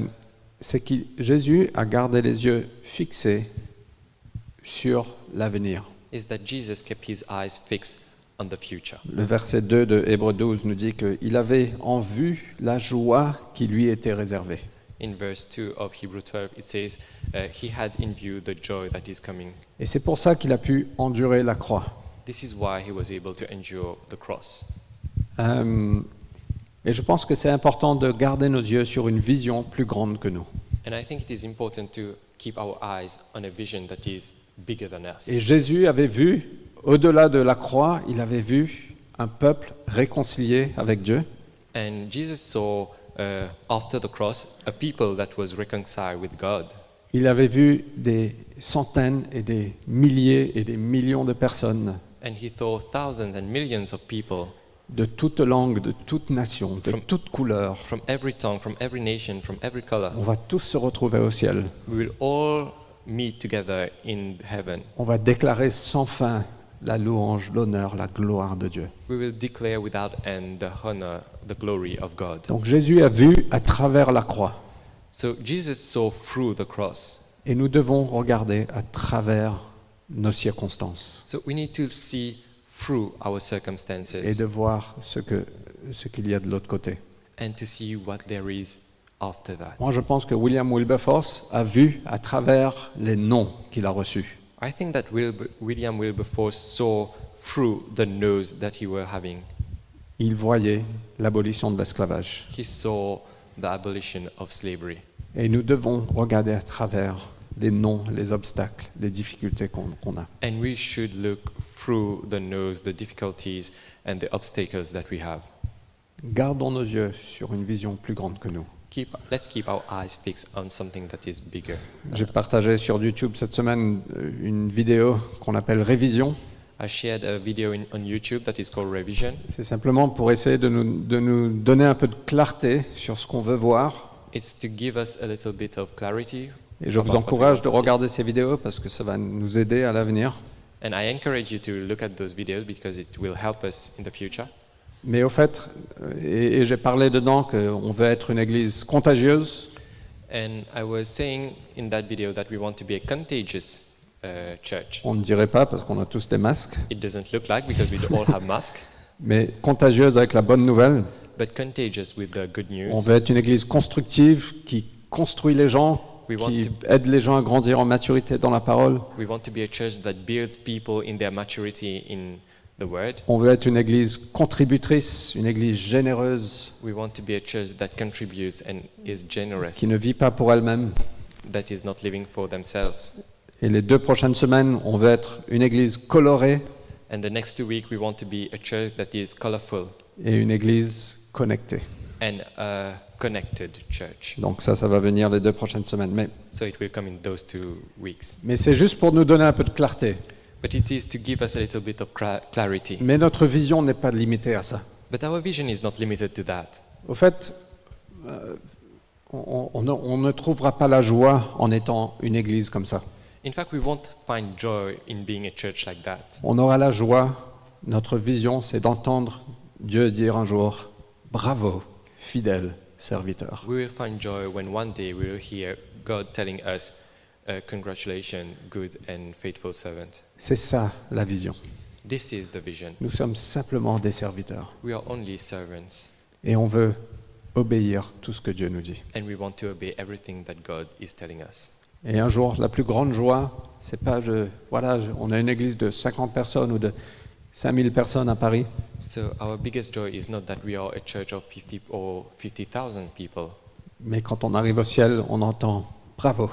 Speaker 1: c'est que Jésus a gardé les yeux fixés sur l'avenir.
Speaker 2: is that Jesus kept his eyes fixed on the future.
Speaker 1: Le verset 2 de Hébreux 12 nous dit qu'il avait en vue la joie qui lui était réservée.
Speaker 2: In verse 2 of Hebrew 12, it says, uh, He had in view the joy that is coming.
Speaker 1: Et c'est pour ça qu'il a pu endurer la croix.
Speaker 2: This is why he was able to endure the cross.
Speaker 1: Euh, et je pense que c'est important de garder nos yeux sur une vision plus grande que nous.
Speaker 2: And I think it is important to keep our eyes on a vision that is bigger than us.
Speaker 1: Et Jésus avait vu, au-delà de la croix, il avait vu un peuple réconcilié avec Dieu.
Speaker 2: And Jesus saw, uh, after the cross, a people that was reconciled with God.
Speaker 1: Il avait vu des centaines et des milliers et des millions de personnes
Speaker 2: And he saw thousands and millions of people
Speaker 1: de toutes langues, de toutes nations, de toutes couleurs.
Speaker 2: from every tongue, from every nation, from every color.
Speaker 1: On va tous se retrouver au ciel.
Speaker 2: We will all meet together in heaven.
Speaker 1: On va déclarer sans fin la louange, l'honneur, la gloire de Dieu.
Speaker 2: We will declare without end the honor, the glory of God.
Speaker 1: Donc Jésus a vu à travers la croix.
Speaker 2: So Jesus saw through the cross.
Speaker 1: Et nous devons regarder à travers nos circonstances
Speaker 2: So we need to see through our
Speaker 1: et
Speaker 2: circumstances
Speaker 1: de voir ce que- ce qu'il y a de l'autre côté.
Speaker 2: and to see what there is after that.
Speaker 1: Moi, je pense que William Wilberforce a vu à travers les noms qu'il a reçus.
Speaker 2: I think that Wilb- William Wilberforce saw through the nose that he were having.
Speaker 1: Il voyait l'abolition de l'esclavage.
Speaker 2: He saw the abolition of slavery.
Speaker 1: Et nous devons regarder à travers les noms, les obstacles, les difficultés qu'on qu'on a.
Speaker 2: And we should look through the nose, the difficulties and the obstacles that we have.
Speaker 1: Gardons nos yeux sur une vision plus grande que nous.
Speaker 2: Keep, let's keep our eyes fixed on something that is bigger. than
Speaker 1: J'ai
Speaker 2: us.
Speaker 1: partagé sur YouTube cette semaine euh, une vidéo qu'on appelle Révision.
Speaker 2: I shared a video in, on YouTube that is called Revision.
Speaker 1: C'est simplement pour essayer de nous, de nous donner un peu de clarté sur ce qu'on veut voir.
Speaker 2: It's to give us a little bit of clarity.
Speaker 1: Et je
Speaker 2: about
Speaker 1: vous
Speaker 2: what we
Speaker 1: encourage
Speaker 2: want
Speaker 1: de
Speaker 2: to see.
Speaker 1: regarder ces vidéos parce que ça va nous aider à l'avenir.
Speaker 2: And I encourage you to look at those videos because it will help us in the future.
Speaker 1: Mais au fait, euh, et, et j'ai parlé dedans qu'on veut être une église contagieuse,
Speaker 2: And I was saying in that video that we want to be a contagious uh, church.
Speaker 1: on ne dirait pas parce qu'on a tous des masques,
Speaker 2: It doesn't look like because we all have masks,
Speaker 1: mais contagieuse avec la bonne nouvelle.
Speaker 2: but contagious with the good
Speaker 1: On
Speaker 2: news.
Speaker 1: veut être une église constructive qui construit les gens,
Speaker 2: We want
Speaker 1: qui
Speaker 2: to-
Speaker 1: aide les gens à grandir en maturité dans la parole.
Speaker 2: We want to be a church that builds people in their maturity in the word.
Speaker 1: On veut être une église contributrice, une église généreuse,
Speaker 2: We want to be a church that contributes and is generous,
Speaker 1: qui ne vit pas pour elle-même.
Speaker 2: that is not living for themselves.
Speaker 1: Et les deux prochaines semaines, on veut être une église colorée
Speaker 2: And the next two weeks, we want to be a church that is colorful
Speaker 1: et une église connectée.
Speaker 2: and a connected church.
Speaker 1: Donc ça, ça va venir les deux prochaines semaines. Mais,
Speaker 2: So it will come in those two weeks.
Speaker 1: mais c'est juste pour nous donner un peu de clarté.
Speaker 2: But it is to give us a little bit of cra- clarity.
Speaker 1: Mais notre vision n'est pas limitée à ça.
Speaker 2: But our vision is not limited to that.
Speaker 1: Au fait, euh, on, on ne- on ne trouvera pas la joie en étant une église comme ça.
Speaker 2: In fact, we won't find joy in being a church like that.
Speaker 1: On aura la joie, notre vision, c'est d'entendre Dieu dire un jour, bravo, fidèle serviteur.
Speaker 2: We will find joy when one day we will hear God telling us, uh, Congratulations, good and faithful servant.
Speaker 1: C'est ça la vision.
Speaker 2: This is the vision.
Speaker 1: Nous sommes simplement des serviteurs
Speaker 2: We are only servants,
Speaker 1: et on veut obéir tout ce que Dieu nous dit.
Speaker 2: and we want to obey everything that God is telling us.
Speaker 1: Et un jour, la plus grande joie, c'est pas je, voilà, je- on a une église de 50 personnes ou de 5000 personnes à Paris.
Speaker 2: So our biggest joy is not that we are a church of 50 or 50,000 people,
Speaker 1: Mais quand on arrive au ciel, on entend bravo,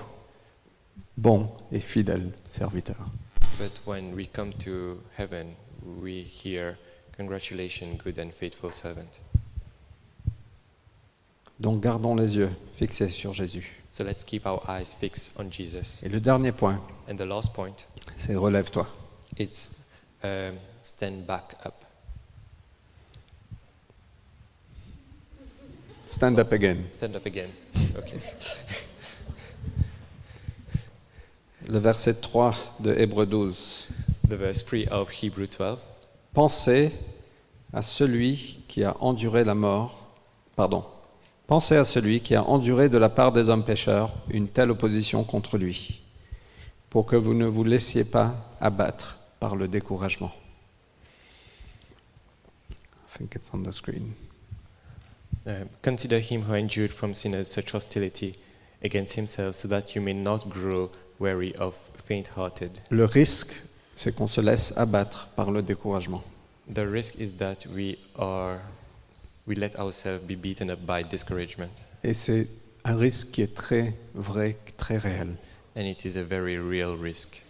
Speaker 1: bon et fidèle serviteur.
Speaker 2: but when we come to heaven, we hear, Congratulations, good and faithful servant.
Speaker 1: Donc gardons les yeux fixés sur Jésus.
Speaker 2: So let's keep our eyes fixed on Jesus.
Speaker 1: Et le dernier point,
Speaker 2: And the last point,
Speaker 1: c'est relève-toi.
Speaker 2: it's um, stand back up.
Speaker 1: Stand up again.
Speaker 2: Stand up again. Okay.
Speaker 1: Le verset 3 de Hébreux 12.
Speaker 2: The verse 3 of Hebrew 12.
Speaker 1: Pensez à celui qui a enduré la mort, pardon, pensez à celui qui a enduré de la part des hommes pécheurs une telle opposition contre lui, pour que vous ne vous laissiez pas abattre par le découragement. I think it's on the screen.
Speaker 2: Um, Consider him who endured from sinners such hostility against himself, so that you may not grow weary of faint hearted.
Speaker 1: Le risque, c'est qu'on se laisse abattre par le découragement.
Speaker 2: The risk is that we are we let ourselves be beaten up by discouragement,
Speaker 1: Et c'est un risque qui est très vrai, très réel.
Speaker 2: and it is a very real risk.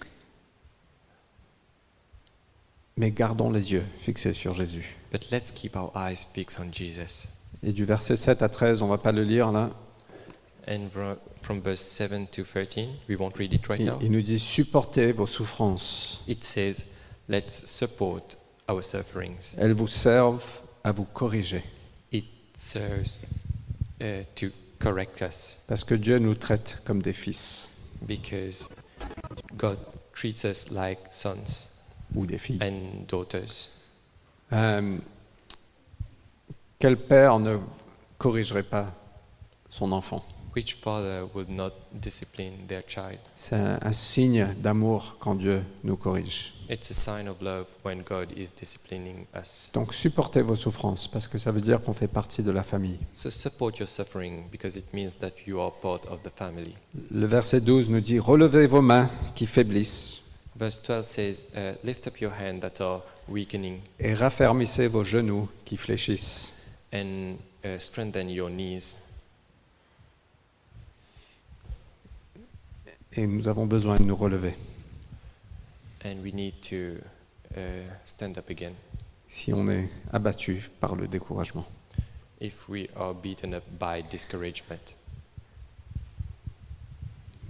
Speaker 1: Mais gardons les yeux fixés sur Jésus.
Speaker 2: But let's keep our eyes fixed on Jesus.
Speaker 1: Et du verset 7 à 13, on va pas le lire là.
Speaker 2: And vro- from verse 7 to 13, we won't read it right
Speaker 1: Il,
Speaker 2: now.
Speaker 1: il nous dit supportez vos souffrances.
Speaker 2: It says, let's support our sufferings.
Speaker 1: Elles vous servent à vous corriger.
Speaker 2: It serves uh, to correct us
Speaker 1: Parce que Dieu nous traite comme des fils
Speaker 2: because God treats us like sons
Speaker 1: ou des filles.
Speaker 2: and daughters.
Speaker 1: Euh, quel père ne corrigerait pas son enfant
Speaker 2: Which father would not discipline their child?
Speaker 1: C'est un, un signe d'amour quand Dieu nous corrige.
Speaker 2: It's a sign of love when God is disciplining us.
Speaker 1: Donc supportez vos souffrances parce que ça veut dire qu'on fait partie de la famille.
Speaker 2: So support your suffering because it means that you are part of the family.
Speaker 1: Le verset 12 nous dit relevez vos mains qui faiblissent
Speaker 2: Verse 12 says, uh, Lift up your hand that are weakening
Speaker 1: et raffermissez vos genoux qui fléchissent.
Speaker 2: and uh, strengthen your knees.
Speaker 1: et nous avons besoin de nous relever.
Speaker 2: And we need to uh, stand up again
Speaker 1: Si on est abattu par le découragement,
Speaker 2: if we are beaten up by discouragement.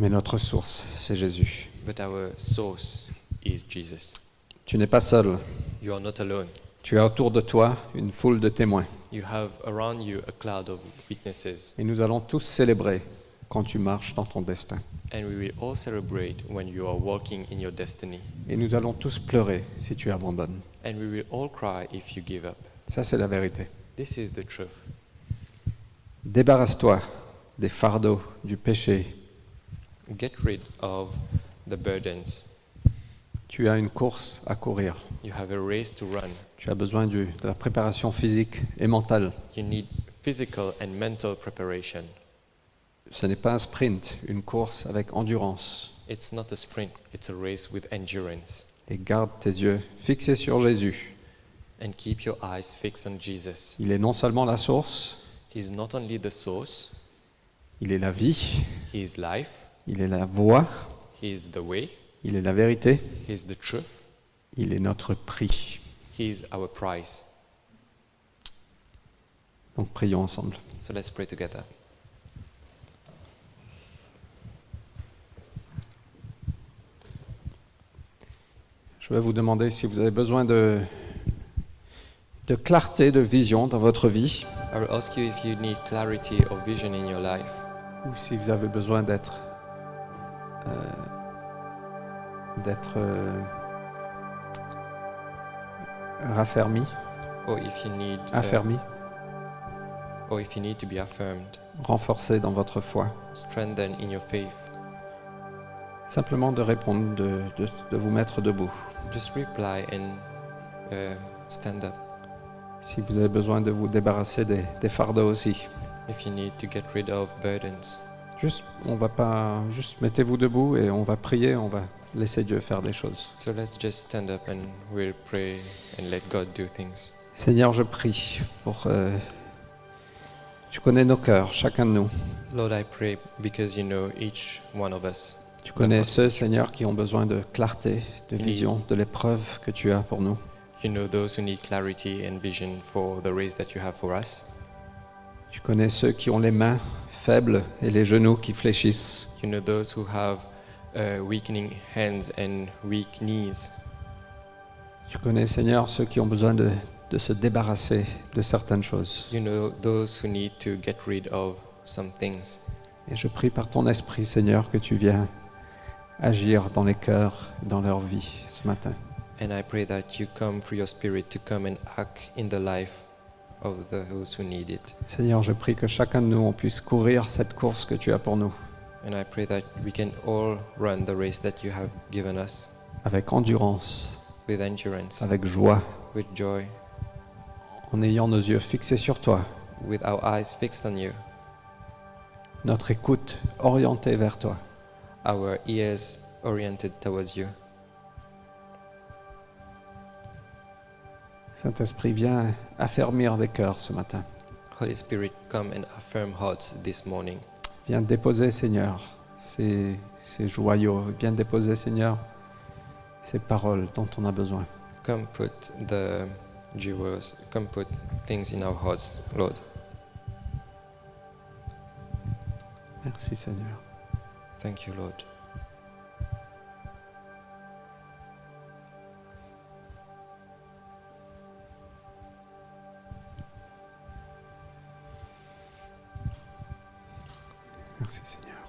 Speaker 1: mais notre source, c'est Jésus.
Speaker 2: But our source is Jesus.
Speaker 1: Tu n'es pas seul.
Speaker 2: You are not alone.
Speaker 1: Tu as autour de toi une foule de témoins.
Speaker 2: You have around you a cloud of witnesses,
Speaker 1: Et nous allons tous célébrer quand tu marches dans ton destin.
Speaker 2: and we will all celebrate when you are walking in your destiny.
Speaker 1: Et nous allons tous pleurer si tu abandonnes.
Speaker 2: And we will all cry if you give up.
Speaker 1: Ça, c'est la vérité.
Speaker 2: This is the truth.
Speaker 1: Débarrasse-toi des fardeaux, du péché.
Speaker 2: Get rid of the burdens.
Speaker 1: Tu as une course à courir.
Speaker 2: You have a race to run.
Speaker 1: Tu as besoin du- de la préparation physique et mentale.
Speaker 2: You need physical and mental preparation.
Speaker 1: Ce n'est pas un sprint, une course avec endurance.
Speaker 2: It's not a sprint, it's a race with endurance.
Speaker 1: et garde tes yeux fixés sur Jésus.
Speaker 2: And keep your eyes fixed on Jesus.
Speaker 1: Il est non seulement la source,
Speaker 2: He is not only the source,
Speaker 1: il est la vie,
Speaker 2: He is life,
Speaker 1: il est la voie,
Speaker 2: He is the way,
Speaker 1: il est la vérité,
Speaker 2: He is the truth,
Speaker 1: il est notre prix.
Speaker 2: He is our prize.
Speaker 1: Donc prions ensemble.
Speaker 2: So let's pray together.
Speaker 1: Je vais vous demander si vous avez besoin de, de clarté, de vision dans votre vie,
Speaker 2: I will ask you if you need clarity or vision in your life,
Speaker 1: ou si vous avez besoin d'être euh, d'être euh, raffermi,
Speaker 2: or if you need, uh,
Speaker 1: affermi,
Speaker 2: or if you need to be affirmed,
Speaker 1: renforcé dans votre foi.
Speaker 2: strengthened in your faith.
Speaker 1: Simplement de répondre, de, de- de vous mettre debout.
Speaker 2: Just reply and uh, stand up
Speaker 1: Si vous avez besoin de vous débarrasser des, des fardeaux aussi,
Speaker 2: if you need to get rid of burdens.
Speaker 1: juste, on va pas, juste mettez-vous debout et on va prier, on va laisser Dieu faire des choses.
Speaker 2: So let's just stand up and we'll pray and let God do things.
Speaker 1: Seigneur, je prie pour. euh, tu connais nos cœurs, chacun de nous.
Speaker 2: Lord, I pray because you know each one of us.
Speaker 1: Tu connais ceux, Seigneur, qui ont besoin de clarté, de vision, de l'épreuve que tu as pour nous.
Speaker 2: You know those who need clarity and vision for the race that you have for us.
Speaker 1: Tu connais ceux qui ont les mains faibles et les genoux qui fléchissent.
Speaker 2: You know those who have uh, weakening hands and weak knees.
Speaker 1: Tu connais, Seigneur, ceux qui ont besoin de, de se débarrasser de certaines choses.
Speaker 2: You know those who need to get rid of some things.
Speaker 1: Et je prie par ton esprit, Seigneur, que tu viens agir dans les cœurs, dans leur vie ce matin.
Speaker 2: And I pray that you come through your spirit to come and act in the life of those who need it.
Speaker 1: Seigneur, je prie que chacun de nous, on puisse courir cette course que tu as pour nous,
Speaker 2: And I pray that we can all run the race that you have given us
Speaker 1: avec endurance,
Speaker 2: with endurance,
Speaker 1: avec joie,
Speaker 2: with joy,
Speaker 1: en ayant nos yeux fixés sur toi,
Speaker 2: with our eyes fixed on you,
Speaker 1: notre écoute orientée vers toi.
Speaker 2: our ears oriented towards you.
Speaker 1: Saint-Esprit, viens affermir des cœurs ce matin.
Speaker 2: Holy Spirit, come and affirm hearts this morning.
Speaker 1: Viens déposer, Seigneur, ces, ces joyaux. Viens déposer, Seigneur, ces paroles dont on a besoin.
Speaker 2: Come put the jewels, come put things in our hearts, Lord.
Speaker 1: Merci, Seigneur.
Speaker 2: Thank you, Lord.
Speaker 1: Merci, Seigneur.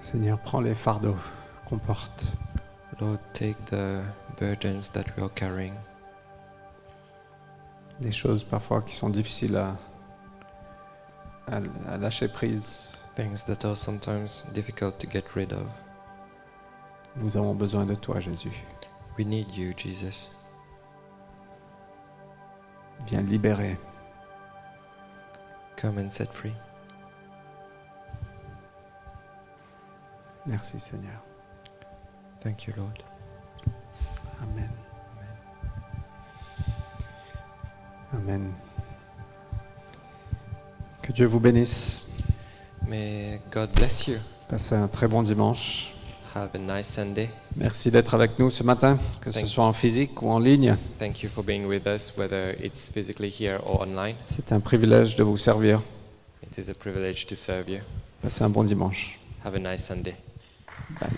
Speaker 1: Seigneur, prends les fardeaux qu'on porte.
Speaker 2: Lord, take the burdens that we are carrying,
Speaker 1: Des choses parfois qui sont difficiles à, à, à lâcher prise.
Speaker 2: things that are sometimes difficult to get rid of.
Speaker 1: Nous avons besoin de toi, Jésus.
Speaker 2: We need you, Jesus.
Speaker 1: Viens libérer.
Speaker 2: Come and set free.
Speaker 1: Merci, Seigneur.
Speaker 2: Thank you, Lord.
Speaker 1: Amen. Amen. Que Dieu vous bénisse.
Speaker 2: May God bless you.
Speaker 1: Passez un très bon dimanche.
Speaker 2: Have a nice Sunday.
Speaker 1: Merci d'être avec nous ce matin, que ce
Speaker 2: Thank-
Speaker 1: soit en physique ou en ligne.
Speaker 2: Thank you for being with us, whether it's physically here or online.
Speaker 1: C'est un privilège de vous servir.
Speaker 2: It is a privilege to serve you.
Speaker 1: Passez un bon dimanche.
Speaker 2: Have a nice Sunday.
Speaker 1: Bye.